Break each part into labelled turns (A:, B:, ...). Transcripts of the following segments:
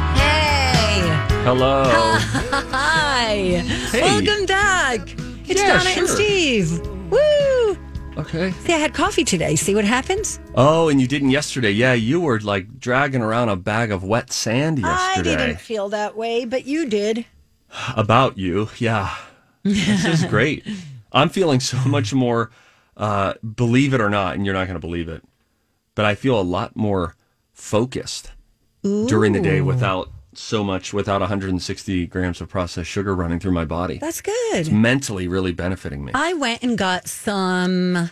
A: Hey!
B: Hello.
A: Hi! Welcome back! It's
B: Yeah,
A: Donna
B: sure.
A: and Steve. Woo!
B: Okay.
A: See, I had coffee today. See what happens?
B: Oh, and you didn't yesterday. Yeah, you were like dragging around a bag of wet sand yesterday.
A: I didn't feel that way, but you did.
B: About you. Yeah. This is great. I'm feeling so much more, uh, believe it or not, and you're not going to believe it, but I feel a lot more focused during the day without so much, without 160 grams of processed sugar running through my body.
A: That's good.
B: Mentally, really benefiting me.
A: I went and got some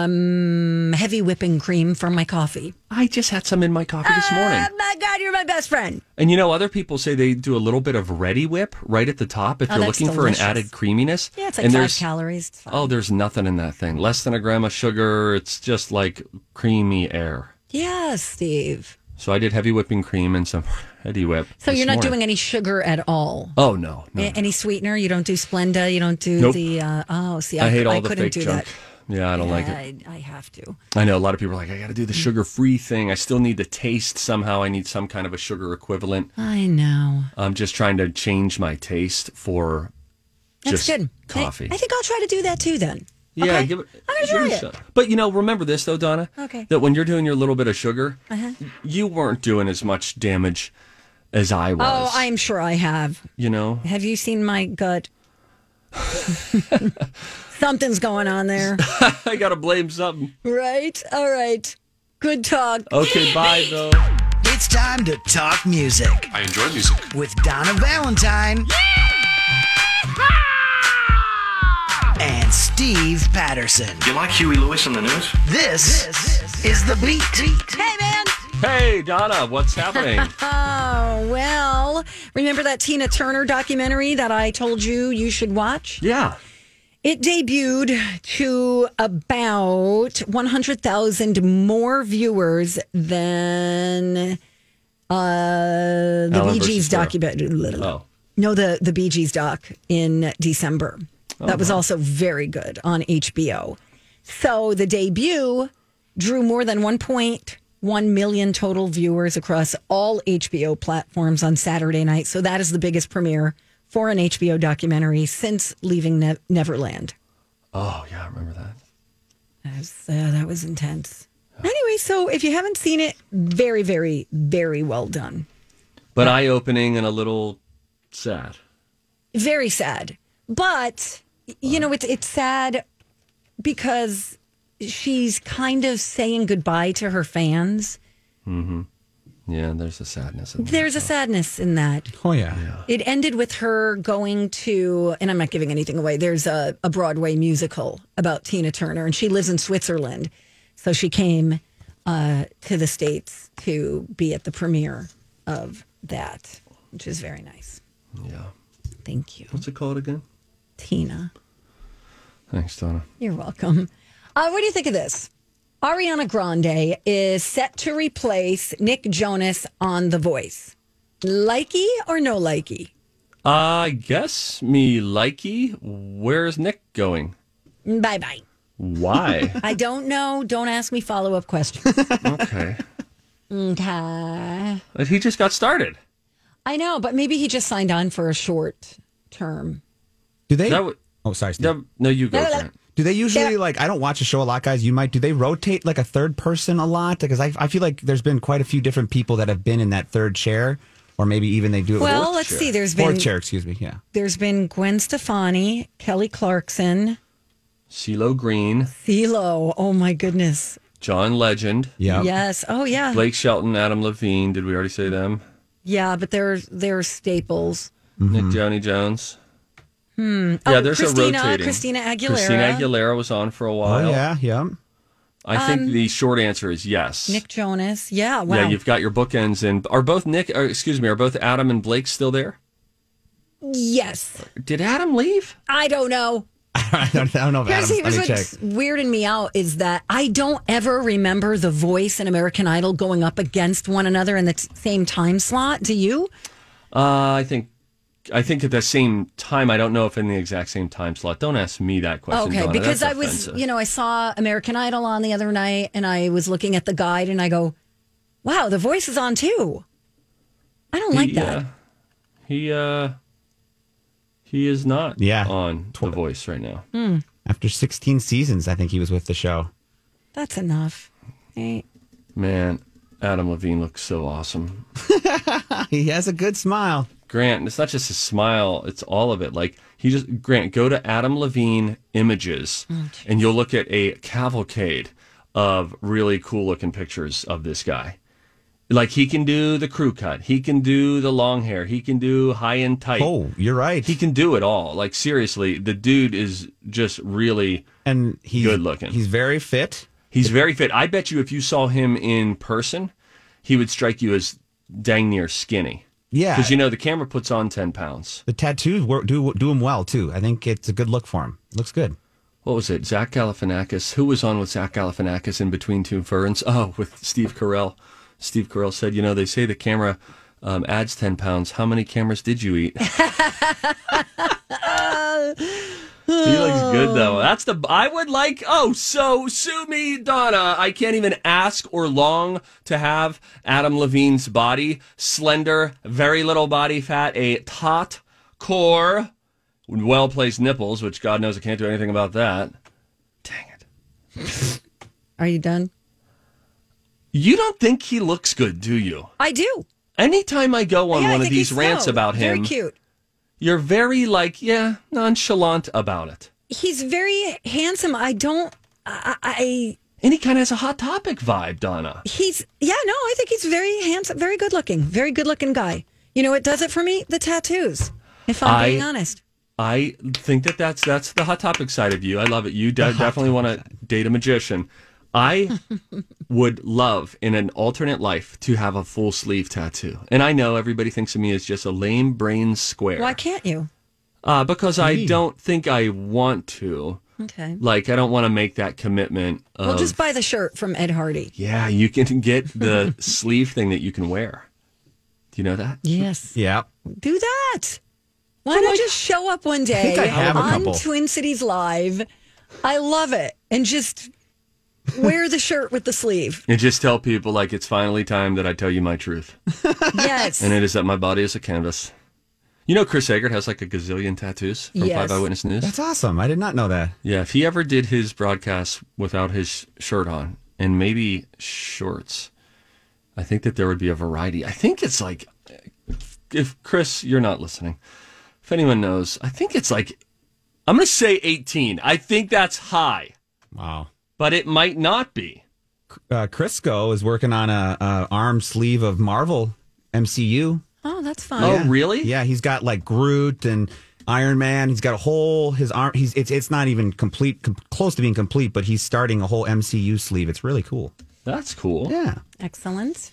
A: um heavy whipping cream for my coffee.
B: I just had some in my coffee this morning.
A: Oh my god, you're my best friend.
B: And you know, other people say they do a little bit of ready whip right at the top if
A: Oh,
B: you're
A: that's
B: looking for an
A: delicious.
B: added creaminess.
A: Yeah, it's like
B: and
A: five
B: there's,
A: calories. It's fine.
B: Oh, there's nothing in that thing. Less than a gram of sugar. It's just like creamy air.
A: Yeah, Steve.
B: So I did heavy whipping cream and some heady whip.
A: So you're not doing any sugar at all.
B: Oh no, no.
A: A- Any sweetener? You don't do Splenda. You don't do
B: Nope.
A: the. Uh, oh, see, I,
B: I hate all
A: I
B: the
A: couldn't
B: fake
A: do
B: junk. Yeah, I don't
A: that.
B: like it.
A: I, I have to.
B: I know a lot of people are like, I got to do
A: Mm.
B: the sugar free thing. I still need the taste somehow. I need some kind of a sugar equivalent.
A: I know.
B: I'm just trying to change my taste for
A: That's
B: just
A: good. I-
B: coffee.
A: I, think I'll try to do that too. Then.
B: Yeah,
A: Okay?
B: give it.
A: I'm gonna
B: give
A: try
B: a
A: it.
B: shot. But you know, remember this though, Donna.
A: Okay. Uh-huh.
B: That when you're doing your little bit of sugar, you weren't doing as much damage as I was.
A: Oh, I'm sure I have.
B: You know,
A: Have you seen my gut? Something's going on there,
B: I gotta blame something.
A: right? All right. Good talk.
B: Okay, bye though.
C: It's time to talk music. I enjoy music. With Donna Valentine. And Steve Patterson.
D: You like Huey Lewis on the news?
C: This, is the beat.
A: Hey, man.
B: Hey, Donna, what's happening?
A: Oh well. Remember that Tina Turner documentary that I told you you should watch?
B: yeah.
A: It debuted to about 100,000 more viewers than uh, the
B: Alan
A: Bee Gees
B: versus Sarah.
A: documentary.
B: Oh.
A: No, the, the Bee Gees doc in December. that was also very good on HBO. So the debut drew more than 1.1 million total viewers across all HBO platforms on Saturday night. So that is the biggest premiere for an HBO documentary since leaving ne- Neverland.
B: Oh yeah, I remember that.
A: That was, uh, that was intense. Anyway, so if you haven't seen it, very, very, very well done.
B: But eye opening and a little sad.
A: very sad. But you know, it's it's sad because she's kind of saying goodbye to her fans.
B: Yeah, there's a sadness. In there.
A: There's a sadness in that.
E: Oh yeah. yeah.
A: It ended with her going to, and I'm not giving anything away. There's a, a Broadway musical about Tina Turner, and she lives in Switzerland, so she came uh, to the states to be at the premiere of that, which is very nice.
B: Yeah.
A: Thank you,
B: What's it called again?
A: Tina.
B: Thanks, Donna.
A: You're welcome. Uh, what do you think of this? Ariana Grande is set to replace Nick Jonas on The Voice. Likey or no likey?
B: I Uh, guess me likey. Where's Nick going?
A: Bye bye.
B: Why?
A: I don't know. Don't ask me follow up questions.
B: okay.
A: okay.
B: He just got started.
A: I know, but maybe he just signed on for a short term.
E: Do they?
B: That w-
E: oh, sorry. Steve.
B: No, no, you go.
A: No, no, no.
B: Grant.
E: do they usually like? I don't watch a show a lot, guys. You might. Do they rotate like a third person a lot? Because I, I feel like there's been quite a few different people that have been in that third chair. or maybe even they do it
A: Well,
E: with
A: let's see. There's
E: fourth
A: been
E: chair. Excuse me. Yeah,
A: there's been Gwen Stefani, Kelly Clarkson,
B: CeeLo Green,
A: CeeLo. Oh my goodness.
B: John Legend,
E: yeah.
A: Yes. Oh yeah.
B: Blake Shelton, Adam Levine. Did we already say them?
A: Yeah, but they're they're staples.
E: Mm-hmm.
B: Nick Johnny Jones. Hmm. Yeah,
A: Oh,
B: there's
A: Christina-
B: a rotating.
A: Christina Aguilera.
B: Christina Aguilera was on for a while.
E: Oh yeah, yeah.
B: I think the short answer is yes.
A: Um, Nick Jonas. Yeah. Wow.
B: Yeah, you've got your bookends in. Are both Nick? Or, excuse me. Are both Adam and Blake still there?
A: yes.
B: Did Adam leave?
A: I don't know.
E: I, don't, I don't know if
A: Here's,
E: Adam's. Let
A: here's
E: me check.
A: what's weirding me out is that I don't ever remember The Voice and American Idol going up against one another in the t- same time slot. Do you?
B: Uh, I think. I think at the same time. I don't know if in the exact same time slot. Don't ask me that question.
A: Okay,
B: Donna.
A: because
B: That's
A: I was,
B: offensive.
A: you know, I saw American Idol on the other night and I was looking at the guide and I go, wow, The Voice is on too. I don't like
B: he,
A: that.
B: Uh, he uh, he is not.
E: Yeah.
B: on The Voice right now.
E: After 16 seasons, I think he was with the show.
A: That's enough. Eh,
B: Man, Adam Levine looks so awesome.
E: He has a good smile.
B: Grant, it's not just his smile, it's all of it. Like he just Grant, go to Adam Levine images and you'll look at a cavalcade of really cool looking pictures of this guy. Like he can do the crew cut, he can do the long hair, he can do high and tight.
E: Oh, you're right.
B: He can do it all. Like seriously, the dude is just really
E: and he's
B: Good looking.
E: He's very fit.
B: He's very fit. I bet you if you saw him in person, he would strike you as dang near skinny.
E: Yeah.
B: Because you know the camera puts on ten pounds.
E: The tattoos work, do do him well too. I think it's a good look for him. Looks good.
B: What was it? Zach Galifianakis. Who was on with Zach Galifianakis in between two ferns? Oh, with Steve Carell. Steve Carell said, "You know, they say the camera um, adds ten pounds. How many cameras did you eat?" he looks good though. That's the I would like. Oh, so sue me, Donna. I can't even ask or long to have Adam Levine's body slender, very little body fat, a taut core well placed nipples, which God knows I can't do anything about that. Dang it.
A: Are you done?
B: You don't think he looks good, do you?
A: I do.
B: Anytime I go on
A: Yeah, I
B: one of
A: think
B: these
A: he's
B: rants
A: slow.
B: about him,
A: Very cute.
B: you're very like, yeah, nonchalant about it.
A: He's very handsome. I don't. I, I
B: And he kind of has a hot topic vibe, Donna.
A: he's yeah no. I think he's very handsome, very good looking, very good looking guy. You know, it does it for me. The tattoos. If I'm
B: I-
A: being honest,
B: I think that that's that's the hot topic side of you. I love it. You de- definitely want to date a magician. I would love in an alternate life to have a full sleeve tattoo. And I know everybody thinks of me as just a lame brain square.
A: why can't you?
B: Uh, because I don't think I want to.
A: Okay.
B: Like, I don't want to make that commitment. Of,
A: We'll just buy the shirt from Ed Hardy.
B: yeah, you can get the sleeve thing that you can wear. Do you know that?
A: Yes.
E: Yeah.
A: Do that. Why not just show up one day
E: think I have a
A: on
E: couple.
A: Twin Cities Live? I love it. And just wear the shirt with the sleeve.
B: And just tell people, like, it's finally time that I tell you my truth.
A: Yes.
B: And it is that my body is a canvas. You know, Chris Eggert has like a gazillion tattoos from
A: Yes.
B: Five Eyewitness News.
E: That's awesome. I did not know that.
B: yeah, if he ever did his broadcast without his shirt on and maybe shorts, I think that there would be a variety. I think it's like, if Chris, you're not listening, if anyone knows, I think it's like, I'm going to say 18. I think that's high,
E: Wow.
B: but it might not be.
E: Uh, Crisco is working on a, a arm sleeve of Marvel MCU.
A: oh, that's fine.
B: Oh, really?
E: Yeah, he's got like Groot and Iron Man. He's got a whole his arm. He's it's it's not even complete, com- close to being complete, but he's starting a whole MCU sleeve. It's really cool.
B: That's cool.
E: Yeah.
A: Excellent.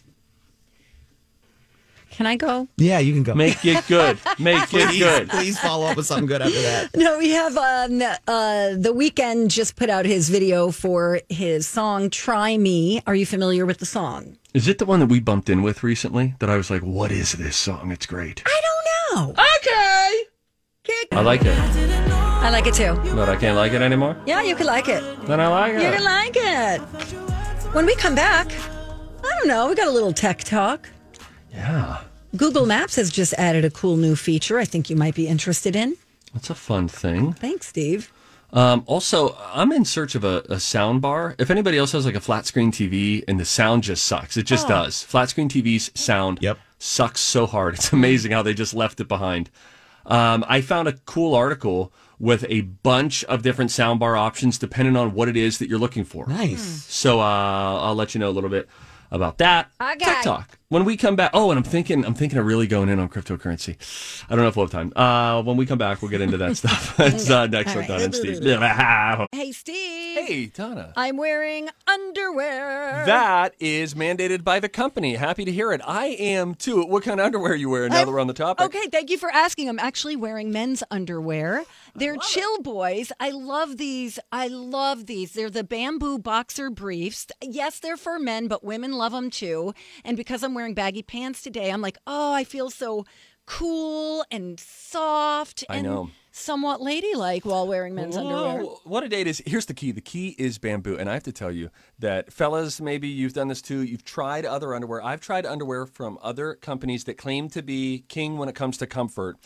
A: Can I go?
E: Yeah, you can go.
B: Make it good. Make it good.
E: Please follow up with something good after that.
A: No, we have um, uh, the weekend just put out his video for his song "Try Me." Are you familiar with the song?
B: Is it the one that we bumped in with recently that I was like, what is this song? It's great.
A: I don't know.
B: Okay. I like it,
A: I like it too.
B: but I can't like it anymore.
A: Yeah, you could like it.
B: Then I like
A: You're
B: it.
A: gonna like it. When we come back, I don't know. We got a little tech talk.
B: yeah.
A: Google Maps has just added a cool new feature. I think you might be interested in.
B: That's a fun thing.
A: Thanks, Steve.
B: Um, also, I'm in search of a, a sound bar. If anybody else has like a flat screen TV and the sound just sucks, it just does. Flat screen TVs sound
E: Yep.
B: sucks so hard. It's amazing how they just left it behind. Um, I found a cool article with a bunch of different soundbar options depending on what it is that you're looking for.
E: Nice.
B: So uh, I'll let you know a little bit about that.
F: Okay.
B: TikTok. When we come back, oh, and I'm thinking, I'm thinking of really going in on cryptocurrency. I don't know if we'll have time. Uh, when we come back, we'll get into that stuff. it's uh, next with Donna and Steve.
A: Hey, Steve.
B: hey, Donna.
A: I'm wearing underwear.
B: That is mandated by the company. Happy to hear it. I am too. What kind of underwear are you wearing now that we're on the topic?
A: Okay, thank you for asking. I'm actually wearing men's underwear. They're chill boys. I love these. I love these. They're the bamboo boxer briefs. Yes, they're for men, but women love them too. And because I'm wearing baggy pants today, I'm like, oh, I feel so cool and soft
B: I
A: and
B: know.
A: somewhat ladylike while wearing men's underwear.
B: Whoa, what a date is. Here's the key. The key is bamboo. And I have to tell you that, fellas, maybe you've done this too. You've tried other underwear. I've tried underwear from other companies that claim to be king when it comes to comfort.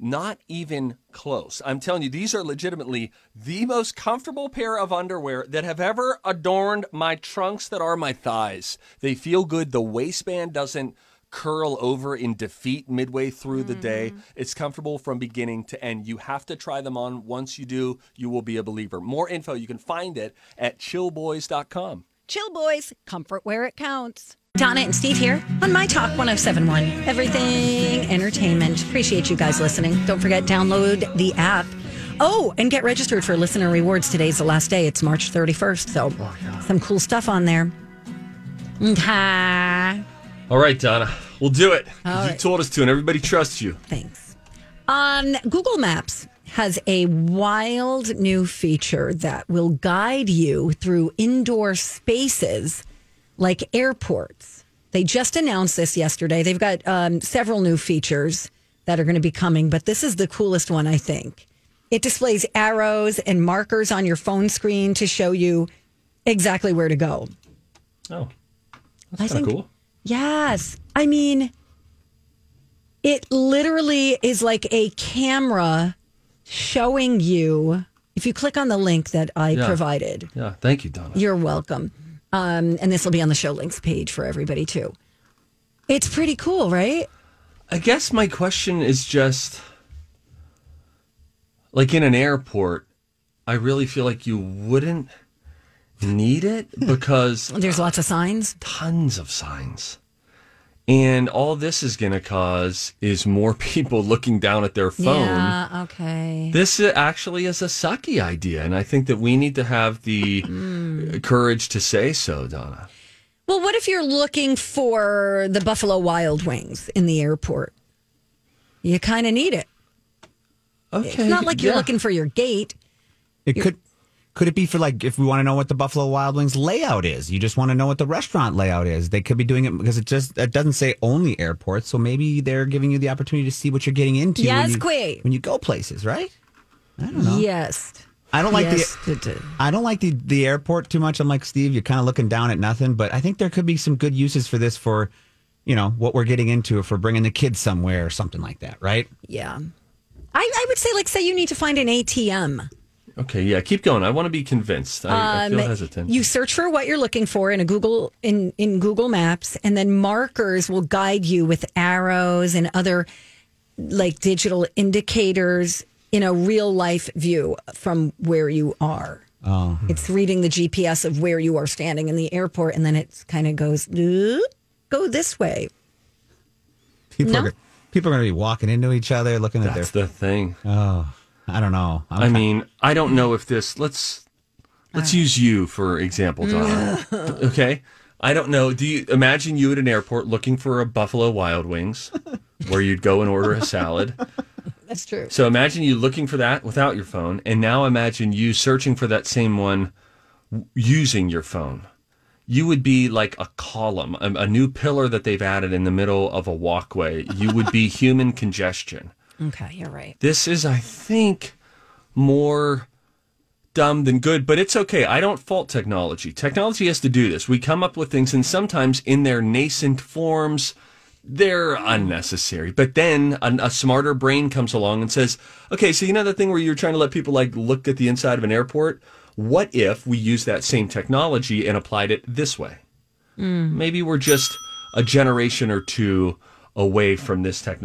B: Not even close. I'm telling you, these are legitimately the most comfortable pair of underwear that have ever adorned my trunks that are my thighs. They feel good. The waistband doesn't curl over in defeat midway through the day.
A: Mm-hmm.
B: It's comfortable from beginning to end. You have to try them on. Once you do, you will be a believer. More info, you can find it at chillboys.com.
A: Chill boys, comfort where it counts. Donna and Steve here on My Talk 1071. Everything entertainment. Appreciate you guys listening. Don't forget, download the app. Oh, and get registered for listener rewards. Today's the last day. It's March 31st. So, some cool stuff on there. Okay.
B: All right, Donna, we'll do it.
A: All
B: you
A: right.
B: told us to, and everybody trusts you.
A: Thanks. On Google Maps has a wild new feature that will guide you through indoor spaces like airports. They just announced this yesterday. They've got um, several new features that are going to be coming, but this is the coolest one, I think. It displays arrows and markers on your phone screen to show you exactly where to go.
B: Oh,
A: I
B: that's kind
A: think-
B: of cool.
A: Yes. I mean, it literally is like a camera showing you. If you click on the link that I provided,
B: Yeah, thank you, Donna.
A: you're welcome. Um, and this will be on the show links page for everybody too. It's pretty cool, right?
B: I guess my question is just like in an airport, I really feel like you wouldn't need it because
A: There's lots of signs.
B: tons of signs. And all this is going to cause is more people looking down at their phone.
A: Yeah. Okay.
B: This i- actually is a sucky idea. And I think that we need to have the
A: Hmm.
B: courage to say so, Donna.
A: Well, what if you're looking for the Buffalo Wild Wings in the airport? You kind of need it.
B: Okay.
A: It's not like you're
B: yeah.
A: looking for your gate.
E: It could could it be for like if we want to know what the Buffalo Wild Wings layout is? You just want to know what the restaurant layout is. They could be doing it because it just it doesn't say only airports, so maybe they're giving you the opportunity to see what you're getting into.
A: Yes,
E: when you,
A: queen.
E: When you go places, right? I don't know.
A: Yes.
E: I don't like
A: yes,
E: the.
A: it did.
E: I don't like the, the airport too much. I'm like Steve, you're kind of looking down at nothing. But I think there could be some good uses for this for, you know, what we're getting into if we're bringing the kids somewhere or something like that, right?
A: Yeah. I, I would say, like, say you need to find an ATM.
B: Okay. Yeah. Keep going. I want to be convinced. I, I feel hesitant.
A: Um, You search for what you're looking for in a Google in, in Google Maps, and then markers will guide you with arrows and other like digital indicators in a real life view from where you are. Oh. It's reading the GPS of where you are standing in the airport, and then it kind of goes, "Oop, go this way.
E: People
A: No.
E: are people are going to be walking into each other, looking at their.
B: That's
E: Oh,
B: the thing.
E: I don't know. I'm
B: I mean, I don't know if this. Let's let's use you for example, Donna. okay, I don't know. Do you imagine you at an airport looking for a Buffalo Wild Wings, where you'd go and order a salad?
A: That's true.
B: So imagine you looking for that without your phone, and now imagine you searching for that same one w- using your phone. You would be like a column, a, a new pillar that they've added in the middle of a walkway. You would be human congestion
A: Okay, you're right.
B: this is, I think, more dumb than good, but it's okay. I don't fault technology. Technology has to do this. We come up with things, and sometimes in their nascent forms, they're unnecessary. But then an, a smarter brain comes along and says, okay, so you know that thing where you're trying to let people like look at the inside of an airport? What if we use that same technology and applied it this way? Maybe we're just a generation or two away from this technology.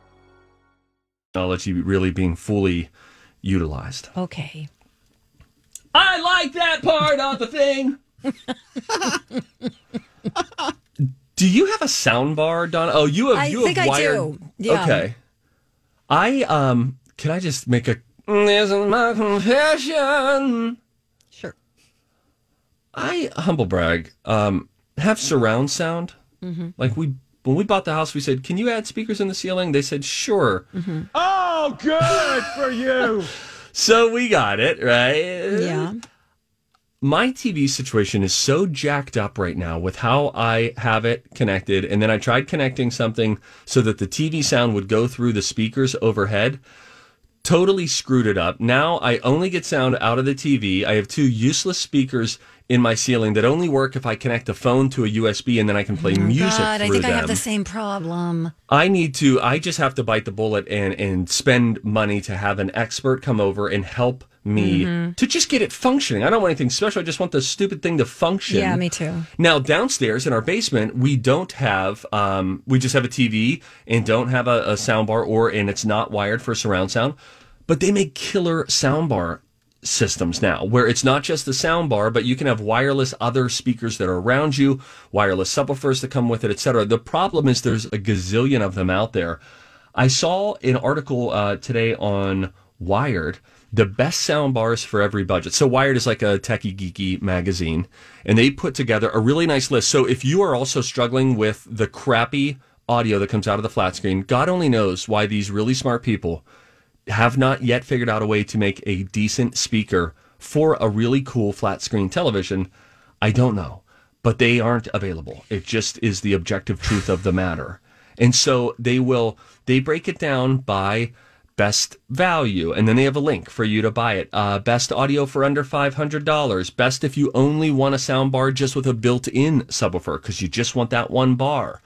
B: technology really being fully utilized.
A: Okay.
B: I like that part of the thing. do you have a sound bar, Donna? Oh, you have.
A: I
B: you
A: think I
B: have wired.
A: do. Yeah.
B: Okay. I um. Can I just make a? This is my confession.
A: Sure.
B: I humble brag. Um, have surround sound. Like we when we bought the house, we said, "Can you add speakers in the ceiling?" They said, "Sure."
A: Mm-hmm.
B: Oh, good for you. so we got it right.
A: Yeah.
B: my TV situation is so jacked up right now with how I have it connected. And then I tried connecting something so that the TV sound would go through the speakers overhead. Totally screwed it up. Now I only get sound out of the TV. I have two useless speakers in my ceiling that only work if I connect a phone to a USB and then I can play music
A: Oh God,
B: through
A: I think
B: them.
A: I have the same problem.
B: I need to. I just have to bite the bullet and and spend money to have an expert come over and help me
A: Mm-hmm.
B: to just get it functioning. I don't want anything special. I just want the stupid thing to function.
A: Yeah, me too.
B: Now downstairs in our basement, we don't have. Um, we just have a TV and don't have a, a sound bar, or and it's not wired for surround sound. But they make killer sound bar systems now, where it's not just the sound bar, but you can have wireless other speakers that are around you, wireless subwoofers that come with it, etc. The problem is there's a gazillion of them out there. I saw an article uh, today on Wired, the best sound bars for every budget. So Wired is like a techie geeky magazine, and they put together a really nice list. So if you are also struggling with the crappy audio that comes out of the flat screen, God only knows why these really smart people have not yet figured out a way to make a decent speaker for a really cool flat screen television. I don't know, but they aren't available. It just is the objective truth of the matter. And so they will they break it down by best value and then they have a link for you to buy it uh, best audio for under $500 best if you only want a sound bar just with a built-in subwoofer because you just want that one bar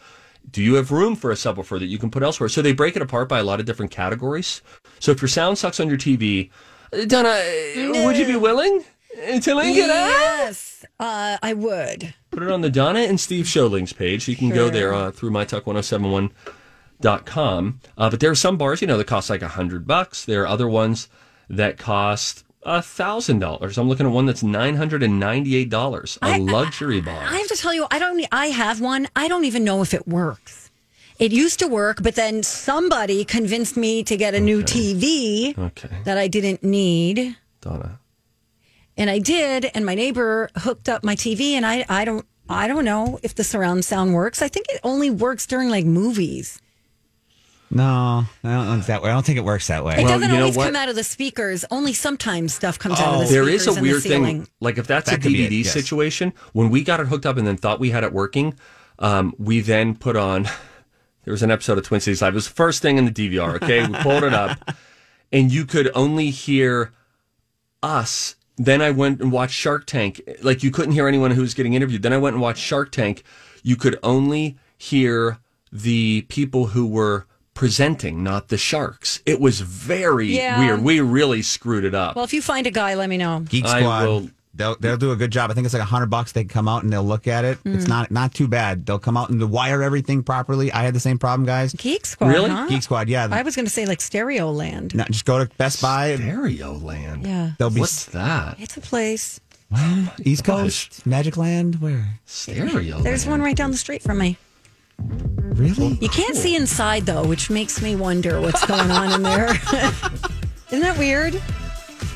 B: do you have room for a subwoofer that you can put elsewhere? So they break it apart by a lot of different categories. So if your sound sucks on your TV, uh, Donna, uh, would you be willing uh, to link it up?
A: Yes, uh, I would.
B: Put it on the Donna and Steve Show links page. You can go there uh, through mytuck1071.com. Uh, but there are some bars, you know, that cost like a hundred bucks. There are other ones that cost a thousand dollars. I'm looking at one that's nine hundred and ninety-eight dollars, a luxury bar.
A: I have to tell you, I don't. e, I have one. I don't even know if it works. It used to work, but then somebody convinced me to get a new TV
B: okay,
A: that I didn't need,
B: Donna.
A: and I did. And my neighbor hooked up my TV, and I, I don't, I don't know if the surround sound works. I think it only works during like movies.
E: No, I don't think it's that way. I don't think it works that way.
A: It
B: Well,
A: doesn't
B: you know
A: always
B: what? Oh,
A: come out of the speakers. Only sometimes stuff comes out of the
B: there
A: speakers.
B: is a
A: and the
B: weird
A: ceiling.
B: thing. Like if that's
E: Oh. That
B: a
E: could be
B: DVD
E: it, yes.
B: situation, when we got it hooked up and then thought we had it working, um, we then put on. There was an episode of Twin Cities Live. It was the first thing in the DVR. Okay, we pulled it up, and you could only hear us. Then I went and watched Shark Tank. Like you couldn't hear anyone who was getting interviewed. Then I went and watched Shark Tank. You could only hear the people who were presenting, not the sharks. It was very
A: Yeah.
B: weird. We really screwed it up.
A: Well, if you find a guy, let me know.
E: Geek
B: I
E: Squad.
B: will-
E: They'll, they'll do a good job. I think it's like a hundred bucks. They can come out and they'll look at it.
B: Mm.
E: It's not not too bad. They'll come out and wire everything properly. I had the same problem, guys.
A: Geek Squad.
B: Really? Uh-huh.
A: huh?
E: Geek Squad, yeah.
A: I was going to say like Stereo Land.
E: No, just go to Best Buy.
B: Stereo Land.
A: Yeah.
E: They'll be
B: What's that?
A: It's a place.
E: East Coast, Magic Land. Where?
B: Stereo.
A: There's one right down the street from me.
E: Really?
A: You can't see inside though, which makes me wonder what's going on in there. Isn't that weird?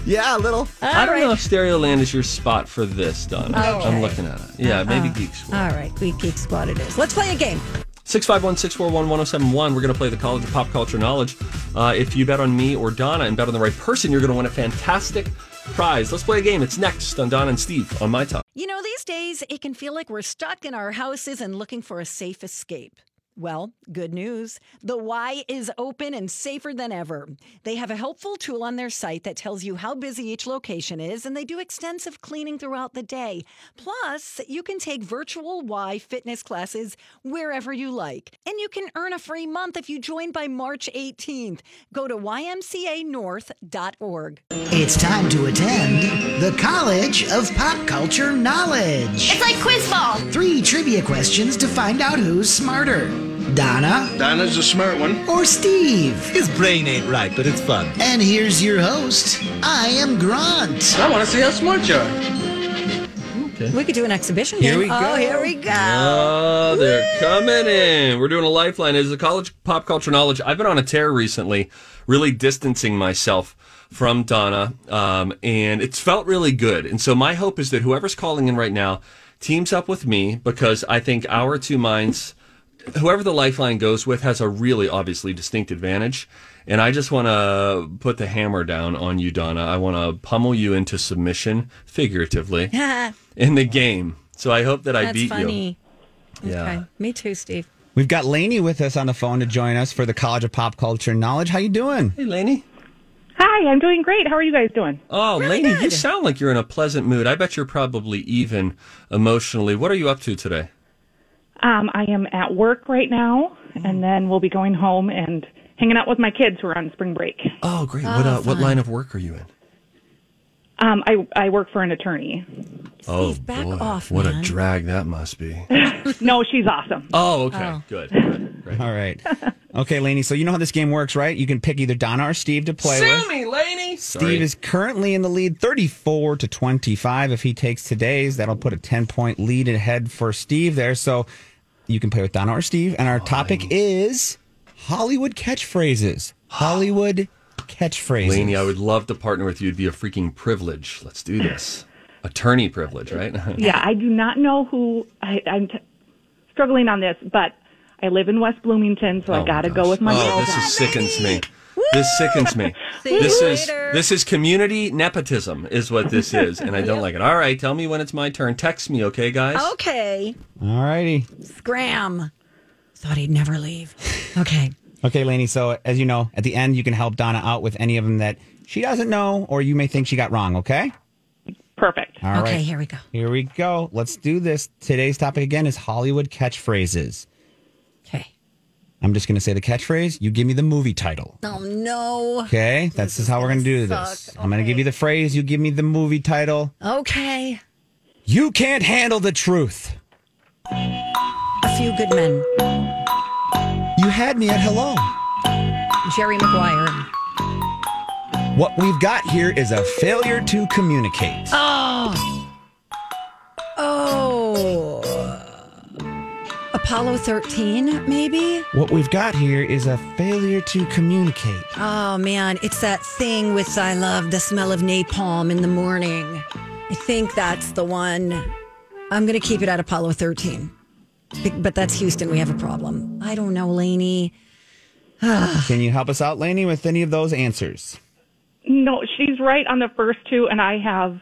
E: Yeah, a little.
B: I don't know if Stereo Land is your spot for this, Donna. I'm looking at it. Yeah, maybe Geek Squad.
A: All right, we geek squad it is. Let's play a game.
B: 651 641 1071. We're going to play the College of Pop Culture Knowledge. Uh, if you bet on me or Donna and bet on the right person, you're going to win a fantastic prize. Let's play a game. It's next on Donna and Steve on My Talk.
A: You know, these days it can feel like we're stuck in our houses and looking for a safe escape. Well, good news. The Y is open and safer than ever. They have a helpful tool on their site that tells you how busy each location is, and they do extensive cleaning throughout the day. Plus, you can take virtual Y fitness classes wherever you like. And you can earn a free month if you join by March 18th. Go to ymcanorth.org.
C: It's time to attend the College of Pop Culture Knowledge.
G: It's like quiz ball.
C: Three trivia questions to find out who's smarter Donna
H: Donna's a smart one.
C: or Steve.
E: His brain ain't right, but it's fun.
C: And here's your host. I am Grant.
H: I want to see how smart you are.
A: We could do an exhibition
E: Here
A: game.
E: we
A: Oh,
E: go.
A: here we go.
B: Oh, they're coming in. We're doing a lifeline. It is the College of Pop Culture Knowledge. I've been on a tear recently, really distancing myself from Donna, um, and it's felt really good. And so my hope is that whoever's calling in right now teams up with me because I think our two minds, whoever the lifeline goes with, has a really obviously distinct advantage. And I just want to put the hammer down on you, Donna. I want to pummel you into submission, figuratively, in the game. So I hope that I
A: That's
B: beat you.
A: funny.
B: Yeah.
A: Okay. Me too, Steve.
E: We've got Lainey with us on the phone to join us for the College of Pop Culture Knowledge. How you doing?
B: Hey, Lainey.
I: Hi, I'm doing great. How are you guys doing?
B: Oh, Lainey, you sound like you're in a pleasant mood. I bet you're probably even emotionally. What are you up to today?
I: Um, I am at work right now,
J: Mm.
I: and then we'll be going home and hanging out with my kids who are on spring break.
B: Oh, great. what uh, what line of work are you in?
I: Um, I I work for an attorney.
B: Oh,
A: back
B: boy.
A: off,
B: what
A: man.
B: a drag that must be.
I: No, she's awesome.
B: Oh, okay. Good. Good. Great.
E: All right. Okay, Lainey. So you know how this game works, right? You can pick either Donna or Steve to play with.
B: me, Lainey.
E: Steve is currently in the lead 34 to 25. If he takes today's, that'll put a 10 point lead ahead for Steve there. So you can play with Donna or Steve. And our topic is Hollywood catchphrases. Hollywood catchphrases.
B: Lainey, I would love to partner with you. It'd be a freaking privilege. Let's do this. Attorney privilege, right?
I: Yeah, I do not know who I, I'm t- struggling on this, but I live in West Bloomington, so
B: Oh,
I: I got to
B: gosh.
I: go with my
B: Oh,
I: girls.
B: this is sickens me. This sickens me.
A: See you
B: this is
A: later.
B: this is community nepotism, is what this is, and I don't like it. All right, tell me when it's my turn. Text me, okay, guys?
A: Okay.
E: All righty.
A: Scram. Thought he'd never leave. Okay.
E: Okay, Lainey. So as you know, at the end, you can help Donna out with any of them that she doesn't know or you may think she got wrong. Okay.
I: Perfect.
E: All right.
A: okay, here we go.
E: Here we go. Let's do this. Today's topic again is Hollywood catchphrases.
A: Okay.
E: I'm just going to say the catchphrase. You give me the movie title.
A: Oh no.
E: Okay, that's just how we're going to do this. I'm going to give you the phrase. You give me the movie title.
A: Okay.
E: You can't handle the truth.
A: A few good men.
E: You had me at hello.
A: Jerry Maguire.
E: What we've got here is a failure to communicate.
A: Oh. Apollo 13, maybe?
E: What we've got here is a failure to communicate.
A: Oh man, it's that thing with I love the smell of napalm in the morning. I think that's the one. I'm going to keep it at Apollo 13. Be- But that's Houston. We have a problem. I don't know, Laney.
E: Can you help us out, Lainey, with any of those answers?
I: No, she's right on the first two, and I have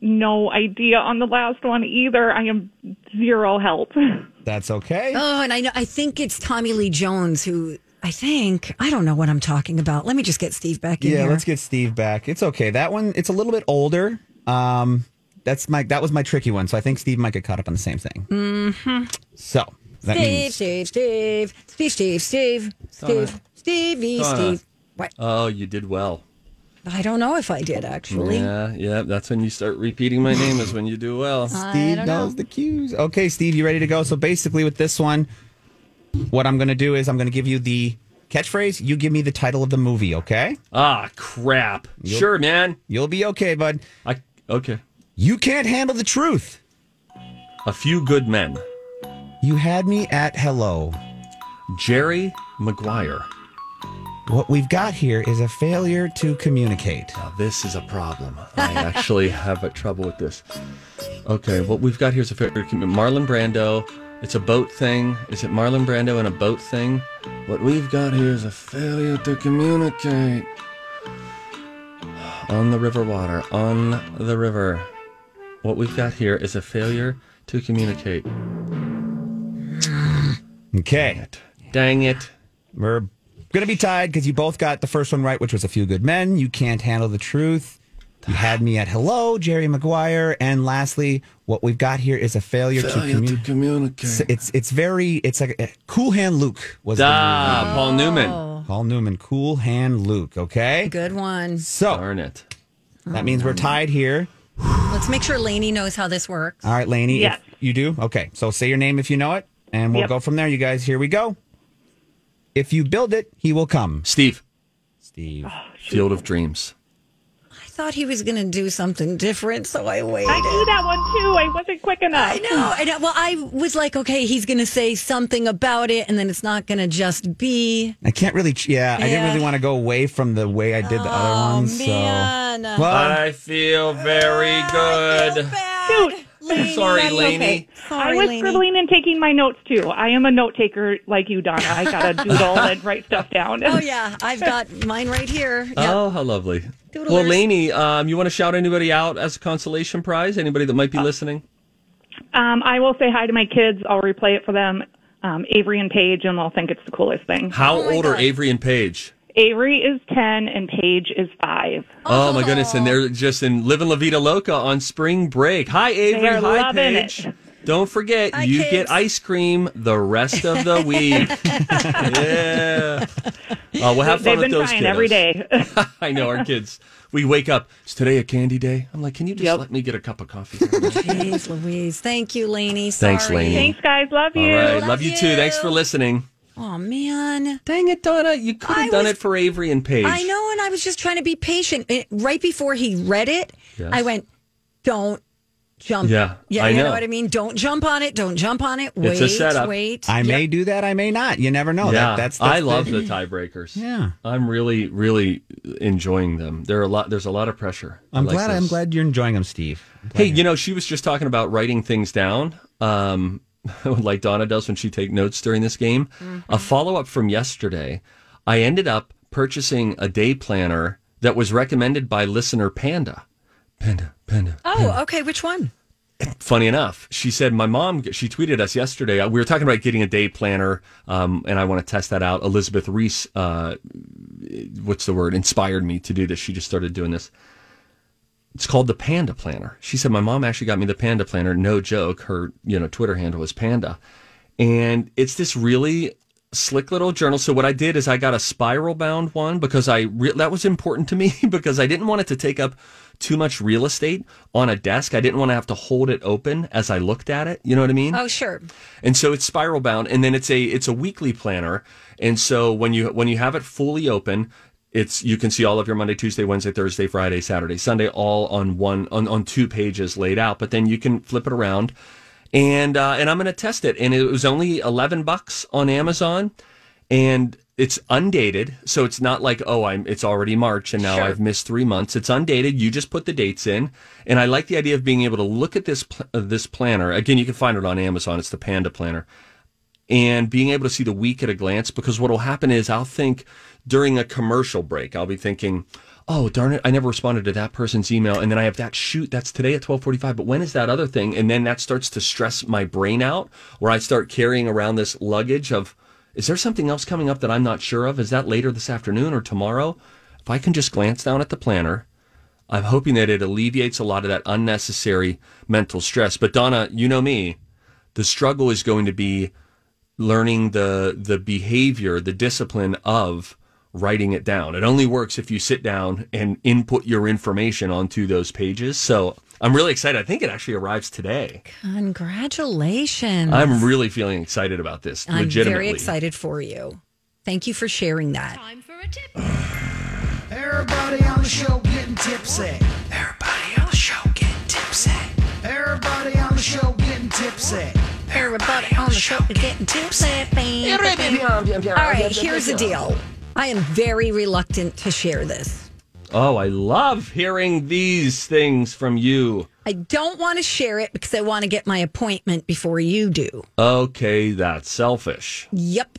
I: no idea on the last one either. I am zero help.
E: That's okay.
A: Oh, and I know. I think it's Tommy Lee Jones who I think I don't know what I'm talking about. Let me just get Steve back in
E: yeah,
A: here.
E: let's get Steve back. It's okay. That one, it's a little bit older. Um, that's my that was my tricky one. So I think Steve might get caught up on the same thing. Mm-hmm. So that
A: Steve,
E: means
A: Steve, Steve, Steve, Steve, Steve, Steve, Stevie,
B: Donna.
A: Steve. What?
B: Oh, you did well.
A: I don't know if I did actually.
B: Yeah, yeah. That's when you start repeating my name. Is when you do well.
A: Uh.
E: Steve knows the cues. Okay, Steve, you ready to go? So basically, with this one, what I'm going to do is I'm going to give you the catchphrase. You give me the title of the movie. Okay,
B: Ah, crap. Sure, man.
E: you'll be okay, bud.
B: I okay.
E: You can't handle the truth.
B: A few good men.
E: You had me at hello.
B: Jerry Maguire.
E: What we've got here is a failure to communicate.
B: Now, this is a problem. I actually have a trouble with this. Okay, what we've got here is a favorite Marlon Brando. It's a boat thing. Is it Marlon Brando and a boat thing? What we've got here is a failure to communicate. On the river water, on the river. What we've got here is a failure to communicate.
E: Okay.
B: Dang it.
E: We're going to be tied because you both got the first one right, which was A Few Good Men. You can't handle the truth. You had me at hello, Jerry Maguire. And lastly, what we've got here is a failure,
B: Failure
E: to
B: to
E: communicate.
B: communicate.
E: It's it's very it's like a, Cool Hand Luke was the
B: Ah,
E: movie.
B: Paul Newman.
E: Paul Newman, Cool Hand Luke. Okay,
A: Good one.
E: so
B: Darn it.
E: that means we're tied here.
A: Let's make sure Lainey knows how this works.
E: All right, Lainey, if
I: Yes.
E: you do okay. So say your name if you know it, and we'll
I: Yep.
E: go from there. You guys, here we go. If you build it, he will come.
B: Steve,
E: Steve.
B: Field of Dreams.
A: I thought he was going to do something different, so I waited.
I: I knew that one too. I wasn't quick enough.
A: I know. I know. Well, I was like, okay, he's going to say something about it, and then it's not going to just be.
E: I can't really. ch- Yeah, I didn't
A: Yeah. Oh,
E: really want to go away from the way I did the other ones.
A: man.
E: So,
B: Um,
E: well,
B: I feel very good.
A: Bad. Lainey.
B: Sorry,
A: Okay.
B: Lainey.
I: I
A: Sorry,
I: was
A: Lainey.
I: scribbling and taking my notes too. I am a note taker like you, Donna. I gotta doodle and write stuff down.
A: Oh yeah, I've got mine right here. Yep.
B: Oh, how lovely.
A: Doodlers.
B: Well, Lainey, um, you want to shout anybody out as a consolation prize? Anybody that might be listening?
I: Um, I will say hi to my kids. I'll replay it for them, um, Avery and Paige, and they'll think it's the coolest thing.
B: How
A: Oh my
B: old are
A: God.
B: Avery and Paige?
I: Avery is ten and Paige is five.
B: Oh, my goodness. And they're just in Living La Vida Loca on spring break. Hi, Avery.
I: are
B: Hi,
I: loving
B: Paige.
I: it.
B: Don't forget,
A: Hi,
B: you
A: kids.
B: get ice cream the rest of the week. yeah. Uh, we'll have fun
I: They've
B: with
I: been
B: those
I: crying every
B: kiddos.
I: day.
B: I know our kids. We wake up. Is today a candy day? I'm like, can you just
I: Yep.
B: let me get a cup of coffee?
A: Jeez Louise. Thank you, Lainey. Sorry.
B: Thanks, Lainey.
I: Thanks, guys. Love
B: All
I: you.
B: right. Love, you too. Thanks for listening.
A: Oh man.
B: Dang it, Donna. You could
A: I
B: have done
A: was-
B: it for Avery and Paige.
A: I know, and I was just trying to be patient. It- right before he read it, I went, "Don't jump."
B: Yeah,
A: yeah.
B: I
A: you know.
B: know.
A: what I mean? Don't jump on it. Don't jump on it. Wait,
B: It's a setup.
A: wait.
E: I may do that. I may not. You never know.
B: Yeah,
E: That, that's, that's
B: I
E: the-
B: love the tiebreakers.
E: Yeah.
B: I'm really, really enjoying them. There are a lot. There's a lot of pressure. I
E: I'm
B: like
E: glad.
B: this.
E: I'm glad you're enjoying them, Steve.
B: Hey, you know, she was just talking about writing things down, um, like Donna does when she take notes during this game. A follow up from yesterday, I ended up purchasing a day planner that was recommended by listener Panda. Panda, Panda.
A: Oh, okay. Which one?
B: Funny enough, she said my mom. She tweeted us yesterday. uh, We were talking about getting a day planner, um, and I want to test that out. Elizabeth Reese, uh, what's the word? Inspired me to do this. She just started doing this. It's called the Panda Planner. She said my mom actually got me the Panda Planner. No joke. Her you know Twitter handle is Panda, and it's this really slick little journal. So what I did is I got a spiral bound one because I re- that was important to me because I didn't want it to take up too much real estate on a desk. I didn't want to have to hold it open as I looked at it. You know what I mean?
A: Oh, sure.
B: and so it's spiral bound and then it's a it's a weekly planner and so when you when you have it fully open it's you can see all of your monday tuesday wednesday thursday friday saturday sunday all on one on, on two pages laid out but then you can flip it around and uh, and i'm going to test it and it was only 11 bucks on amazon and it's undated so it's not like oh i'm it's already march and now i've missed three months it's undated you just put the dates in and i like the idea of being able to look at this pl- uh, this planner again you can find it on amazon it's the panda planner and being able to see the week at a glance because what will happen is I'll think during a commercial break, I'll be thinking, oh, darn it, I never responded to that person's email. And then I have that shoot, that's today at 1245. But when is that other thing? And then that starts to stress my brain out where I start carrying around this luggage of, is there something else coming up that I'm not sure of? Is that later this afternoon or tomorrow? If I can just glance down at the planner, I'm hoping that it alleviates a lot of that unnecessary mental stress. But Donna, you know me, the struggle is going to be learning the the behavior, the discipline of writing it down. It only works if you sit down and input your information onto those pages. So I'm really excited. I think it actually arrives today.
A: Congratulations.
B: I'm really feeling excited about this.
A: I'm
B: legitimately.
A: very excited for you. Thank you for sharing that.
C: Everybody on the show getting tipsy. Everybody on the show getting tipsy. Everybody on the show getting tipsy.
A: Everybody on the All right, here's the deal. I am very reluctant to share this.
B: Oh, I love hearing these things from you.
A: I don't want to share it because I want to get my appointment before you do.
B: Okay, that's selfish.
A: Yep.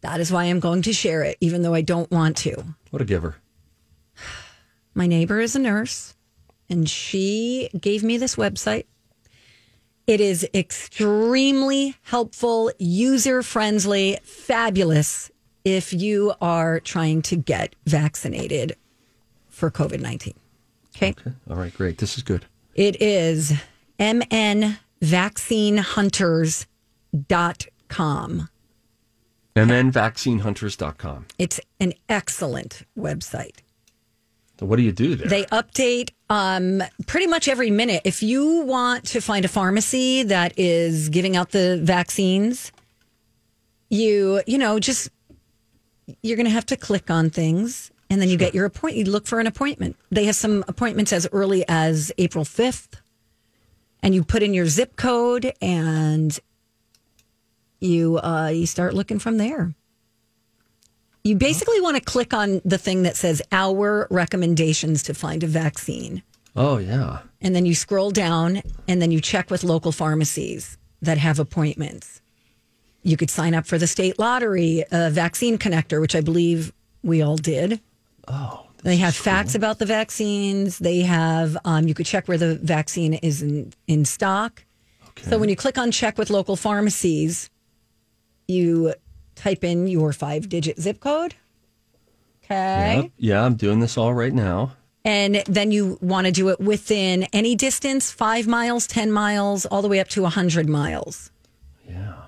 A: That is why I'm going to share it, even though I don't want to.
B: What a giver.
A: My neighbor is a nurse, and she gave me this website. It is extremely helpful, user friendly, fabulous if you are trying to get vaccinated for COVID 19. Okay.
B: All right, great. This is good.
A: It is mnvaccinehunters.com.
B: And then vaccinehunters.com.
A: It's an excellent website.
B: So what do you do there?
A: They update um, pretty much every minute. If you want to find a pharmacy that is giving out the vaccines, you you know just you're going to have to click on things, and then you get your appointment. You look for an appointment. They have some appointments as early as April fifth, and you put in your zip code, and you uh, you start looking from there. You basically want to click on the thing that says our recommendations to find a vaccine.
B: oh, yeah.
A: And then you scroll down and then you check with local pharmacies that have appointments. You could sign up for the state lottery uh, vaccine connector, which I believe we all did.
B: Oh,
A: They have facts about the vaccines. They have, um, you could check where the vaccine is in, in stock. So when you click on check with local pharmacies, you type in your five digit zip code. Okay.
B: Yep. Yeah, I'm doing this all right now.
A: And then you want to do it within any distance five miles, 10 miles, all the way up to 100 miles. Yeah.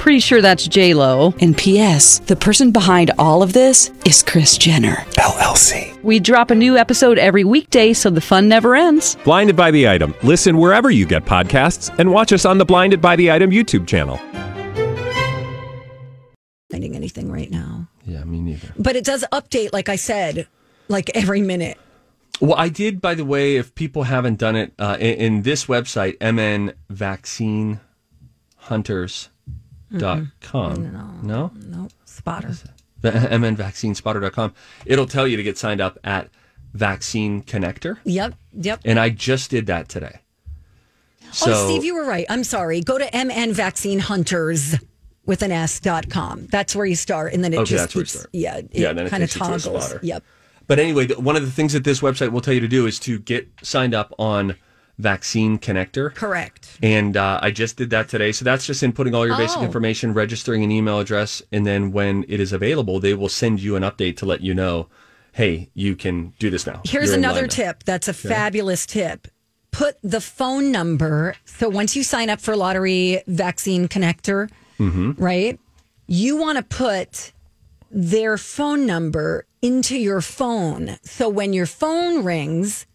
K: Pretty sure that's J Lo. And P.S. The person behind all of this is Chris Jenner LLC. We drop a new episode every weekday, so the fun never ends.
G: Blinded by the item. Listen wherever you get podcasts, and watch us on the Blinded by the Item YouTube channel.
A: Finding anything right now.
B: Yeah, me neither.
A: But it does update, like I said, like every minute.
B: Well, I did, by the way, if people haven't done it, uh, in, in this website, mnvaccinehunters.com. No? no?
A: No, spotter.
B: The mnvaccinespotter.com. It'll tell you to get signed up at Vaccine Connector.
A: Yep, yep.
B: And I just did that today. So,
A: oh, Steve, you were right. I'm sorry. Go to mnvaccinehunters with an S dot com. That's where you start, and then it
B: Okay, that's
A: just
B: where you
A: keeps,
B: start.
A: yeah, it
B: Yeah, then it
A: kind of
B: takes you to a
A: toggles.
B: spotter.
A: Yep.
B: But anyway, th- one of the things that this website will tell you to do is to get signed up on Vaccine Connector.
A: Correct.
B: And uh, I just did that today. So that's just inputting all your basic
A: Oh.
B: information, registering an email address, and then when it is available, they will send you an update to let you know, hey, you can do this now.
A: Here's
B: You're in
A: another
B: line now.
A: tip that's a fabulous tip. Put the phone number. So once you sign up for Lottery Vaccine Connector,
B: Mm-hmm.
A: right, you want to put their phone number into your phone. So when your phone rings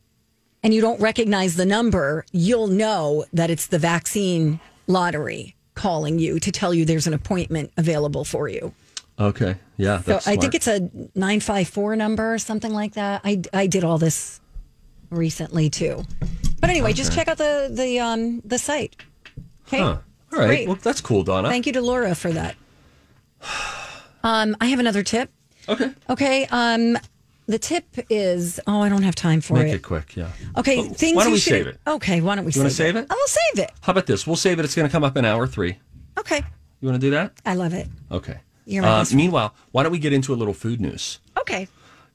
A: and you don't recognize the number, you'll know that it's the vaccine lottery calling you to tell you there's an appointment available for you.
B: Okay. Yeah.
A: So
B: that's
A: I think
B: smart.
A: it's a 954 number or something like that. I, I did all this recently too. But anyway, just check out the the um the site. Okay.
B: Huh. All right.
A: Great.
B: Well, that's cool, Donna.
A: Thank you to Laura for that. Um I have another tip.
B: Okay.
A: Okay, um the tip is oh I don't have time for
B: Make
A: it.
B: it quick. Yeah.
A: Okay,
B: Oh,
A: things
B: Why don't
A: you
B: we
A: should-
B: save it?
A: Okay, why don't we
B: You wanna save it?
A: I will save it.
B: How about this? We'll save it. It's going to come up in hour three.
A: Okay.
B: You want to do that?
A: I love it.
B: Okay.
A: You're my
B: Uh,
A: best friend.
B: meanwhile, why don't we get into a little food news?
A: Okay.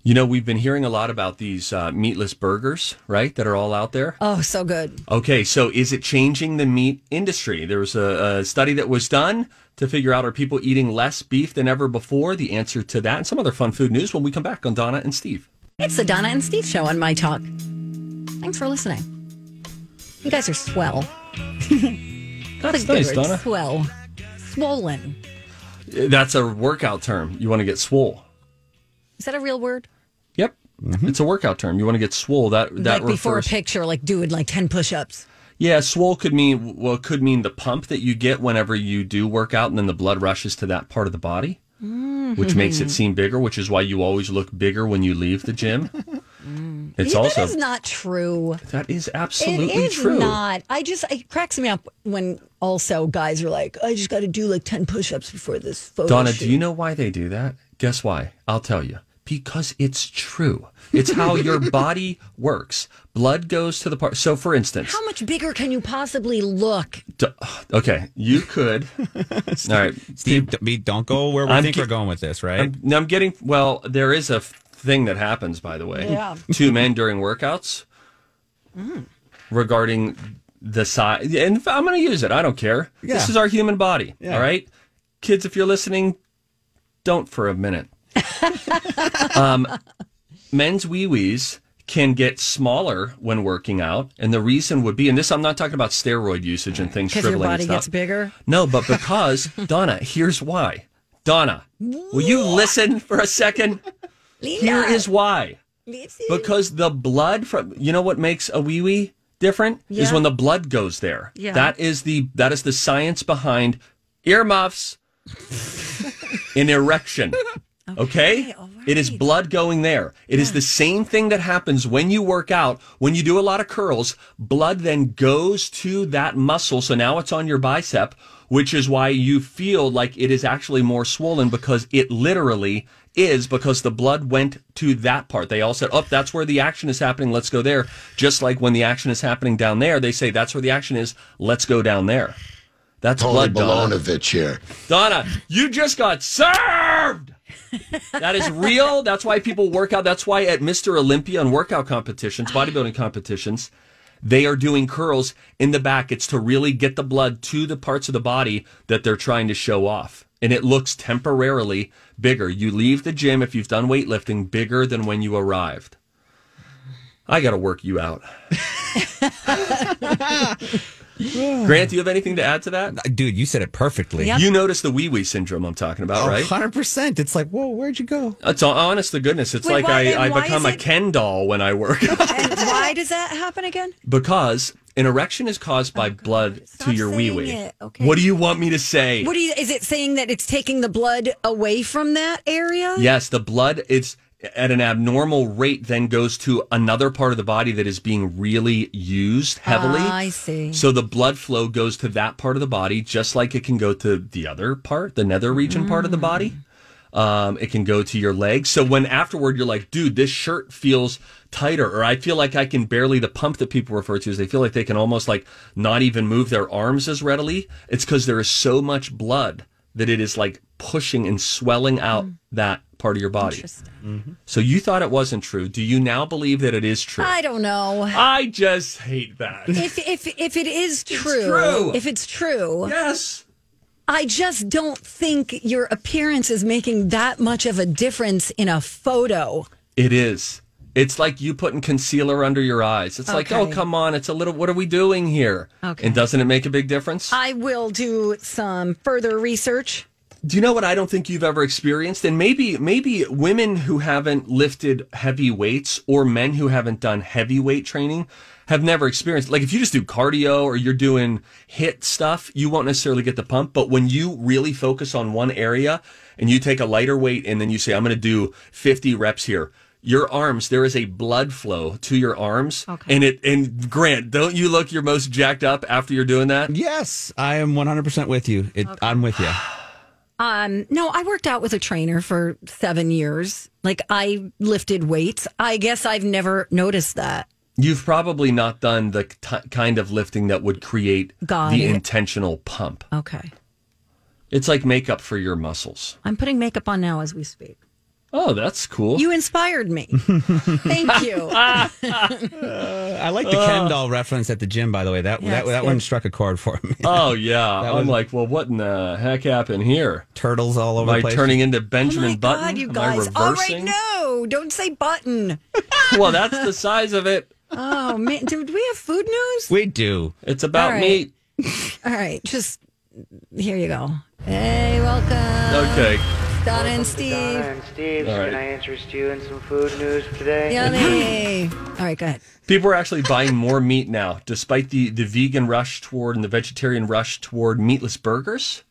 B: You know, we've been hearing a lot about these uh, meatless burgers, right? That are all out there.
A: Oh, so good.
B: Okay, so is it changing the meat industry? There was a, a study that was done to figure out are people eating less beef than ever before? The answer to that and some other fun food news when we come back on Donna and Steve.
A: It's the Donna and Steve show on My Talk. Thanks for listening. You guys are swell.
B: That's
A: a good
B: nice,
A: word,
B: Donna.
A: Swell. Swollen.
B: That's a workout term. You want to get swole.
A: Is that a real word?
B: Yep. It's a workout term. You want to get swole. That that
A: like before a
B: refers-
A: picture, like doing like 10 push ups.
B: Yeah, swole could mean well it could mean the pump that you get whenever you do work out, and then the blood rushes to that part of the body,
A: Mm.
B: which makes it seem bigger. Which is why you always look bigger when you leave the gym. It's also
A: That is not true.
B: that is absolutely
A: it is
B: true.
A: not. I just, it cracks me up when also guys are like, I just got to do like 10 push ups before this photo.
B: Donna,
A: shoot."
B: do you know why they do that? Guess why? I'll tell you. Because it's true. It's how your body works. Blood goes to the part. So, for instance,
A: How much bigger can you possibly look?
B: d- okay, you could. all right,
E: Steve, d- we don't go where we
B: I'm
E: think
B: ge-
E: we're going with this, right?
B: I'm, now I'm getting. Well, there is a f- thing that happens, by the way,
A: Yeah. Mm.
B: to men during workouts regarding the size. And if- I'm going to use it. I don't care.
E: Yeah.
B: This is our human body.
E: Yeah.
B: All right, kids, if you're listening, don't for a minute. um, men's wee wees can get smaller when working out, and the reason would be, and this I'm not talking about steroid usage and things
A: Because your
B: shriveling and
A: body
B: stuff.
A: gets bigger?
B: No, but because Donna, here's why. Donna, will you listen for a second? Here is why. Because the blood from you know what makes a wee wee different is
L: Yeah.
B: when the blood goes there.
L: Yeah.
B: That is the that is the science behind earmuffs in erection. Okay? It is blood going there. It is the same thing that happens when you work out, when you do a lot of curls, blood then goes to that muscle. So now it's on your bicep, which is why you feel like it is actually more swollen because it literally is because the blood went to that part. They all said, Oh, that's where the action is happening. Let's go there. Just like when the action is happening down there, they say, That's where the action is. Let's go down there. That's
M: Tony
B: blood. Donna.
M: Balonovich here.
B: Donna, you just got served. That is real. That's why people work out. That's why at Mr. Olympia and workout competitions, bodybuilding competitions, they are doing curls in the back. It's to really get the blood to the parts of the body that they're trying to show off. And it looks temporarily bigger. You leave the gym, if you've done weightlifting, bigger than when you arrived. I got to work you out. Grant, do you have anything to add to that?
E: Dude, you said it perfectly.
B: You notice the wee wee syndrome I'm talking
E: Oh.
B: about, right?
E: 100%. It's like, whoa, where'd you go?
B: It's all, honest to goodness. It's
A: Wait,
B: like
A: why then?
B: I, I
A: Why
B: become
A: is
B: a
A: it-
B: Ken doll when I work
A: And why does that happen again?
B: because an erection is caused
A: Oh,
B: by blood to your wee wee.
A: it. Okay.
B: What do you want me to say?
A: What do you, is it saying that it's taking the blood away from that area?
B: Yes, the blood it's at an abnormal rate then goes to another part of the body that is being really used heavily.
A: Ah, I see.
B: So the blood flow goes to that part of the body just like it can go to the other part, the nether region part of
A: Mm.
B: the body. Um, it can go to your legs. So when afterward you're like, dude, this shirt feels tighter, or I feel like I can barely the pump that people refer to is they feel like they can almost like not even move their arms as readily. It's because there is so much blood that it is like pushing and swelling out
A: Mm.
B: that part of your body. So you thought it wasn't true. Do you now believe that it is true?
A: I don't know.
B: I just hate that.
A: if if if it is true,
B: true.
A: if it's true,
B: yes.
A: I just don't think your appearance is making that much of a difference in a photo.
B: It is. It's like you putting concealer under your eyes. It's like, oh,
A: Okay.
B: come on. It's a little, what are we doing here?
A: Okay.
B: And doesn't it make a big difference?
A: I will do some further research.
B: Do you know what I don't think you've ever experienced? And maybe, maybe women who haven't lifted heavy weights or men who haven't done heavyweight training have never experienced. Like if you just do cardio or you're doing hit stuff, you won't necessarily get the pump. But when you really focus on one area and you take a lighter weight and then you say, I'm going to do 50 reps here. Your arms, there is a blood flow to your arms, okay. and it. And Grant, don't you look your most jacked up after you're doing that?
E: Yes, I am 100% with you. It, I'm with you.
A: Um, no, I worked out with a trainer for seven years. Like I lifted weights. I guess I've never noticed that.
B: You've probably not done the t- kind of lifting that would create
A: Got
B: the
A: it.
B: intentional pump.
A: Okay,
B: It's like makeup for your muscles.
A: I'm putting makeup on now as we speak.
B: Oh, that's cool.
A: You inspired me. Thank you.
E: I like the Ken doll reference at the gym, by the way. That
A: Yeah,
E: that,
A: it's
E: that one
A: good.
E: struck a chord for me.
B: oh yeah.
E: That
B: I'm
E: was-
B: like, well, what in the heck happened here?
E: Turtles all over
B: Am I
E: the place.
B: turning into Benjamin Button?
A: Oh God, you
B: Am
A: guys.
B: I
A: All
B: reversing?
A: right, no, don't say button.
B: well, that's the size of it.
A: Oh man, do we have food news?
E: We do.
B: It's about
A: All right.
B: meat.
A: All right, just here you go. Hey, welcome.
B: Okay.
A: Donna and Steve.
L: Donna and Steve,
B: All right.
L: can I interest you in some food news today?
A: Yummy. All right, go ahead.
B: People are actually buying more meat now, despite the, the vegan rush toward and the vegetarian rush toward meatless burgers.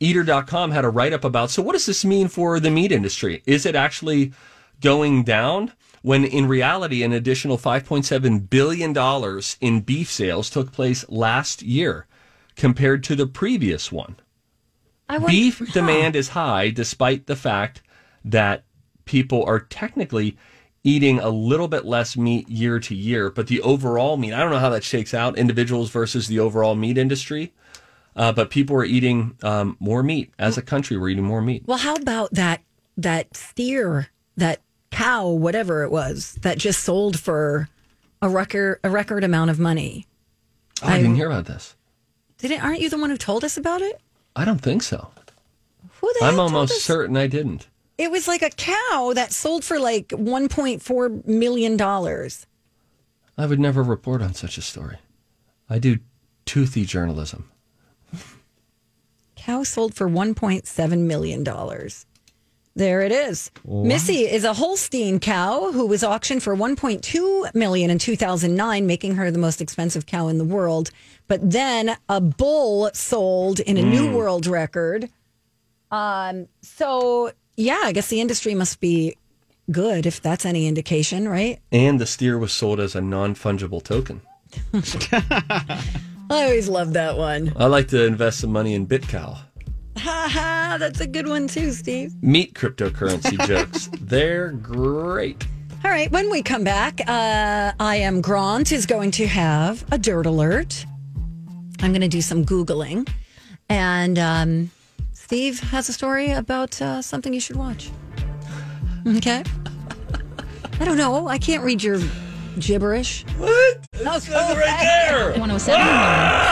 B: Eater.com had a write up about so, what does this mean for the meat industry? Is it actually going down? When in reality, an additional $5.7 billion in beef sales took place last year compared to the previous one.
A: I
B: Beef demand is high despite the fact that people are technically eating a little bit less meat year to year, but the overall meat, I don't know how that shakes out, individuals versus the overall meat industry. Uh, but people are eating um, more meat. As a country, we're eating more meat.
A: Well, how about that that steer, that cow, whatever it was, that just sold for a record a record amount of money?
B: Oh, I didn't hear about this.
A: Didn't aren't you the one who told us about it?
B: I don't think so.
A: Who the
B: I'm
A: hell told
B: almost
A: us?
B: certain I didn't.
A: It was like a cow that sold for like 1.4 million dollars.
B: I would never report on such a story. I do toothy journalism.
A: Cow sold for 1.7 million dollars. There it is.
B: Wow.
A: Missy is a Holstein cow who was auctioned for 1.2 million in 2009, making her the most expensive cow in the world. But then a bull sold in a new
M: Mm.
A: world record. Um, so yeah, I guess the industry must be good if that's any indication, right?
B: And the steer was sold as a non fungible token.
A: I always love that one.
B: I like to invest some money in BitCow.
A: Ha ha, that's a good one too, Steve.
B: Meat cryptocurrency jokes. They're great.
A: All right, when we come back, uh, I am Grant is going to have a dirt alert. I'm going to do some Googling. And um, Steve has a story about uh, something you should watch. Okay. I don't know. I can't read your gibberish.
B: What?
A: That's
M: right there. 107.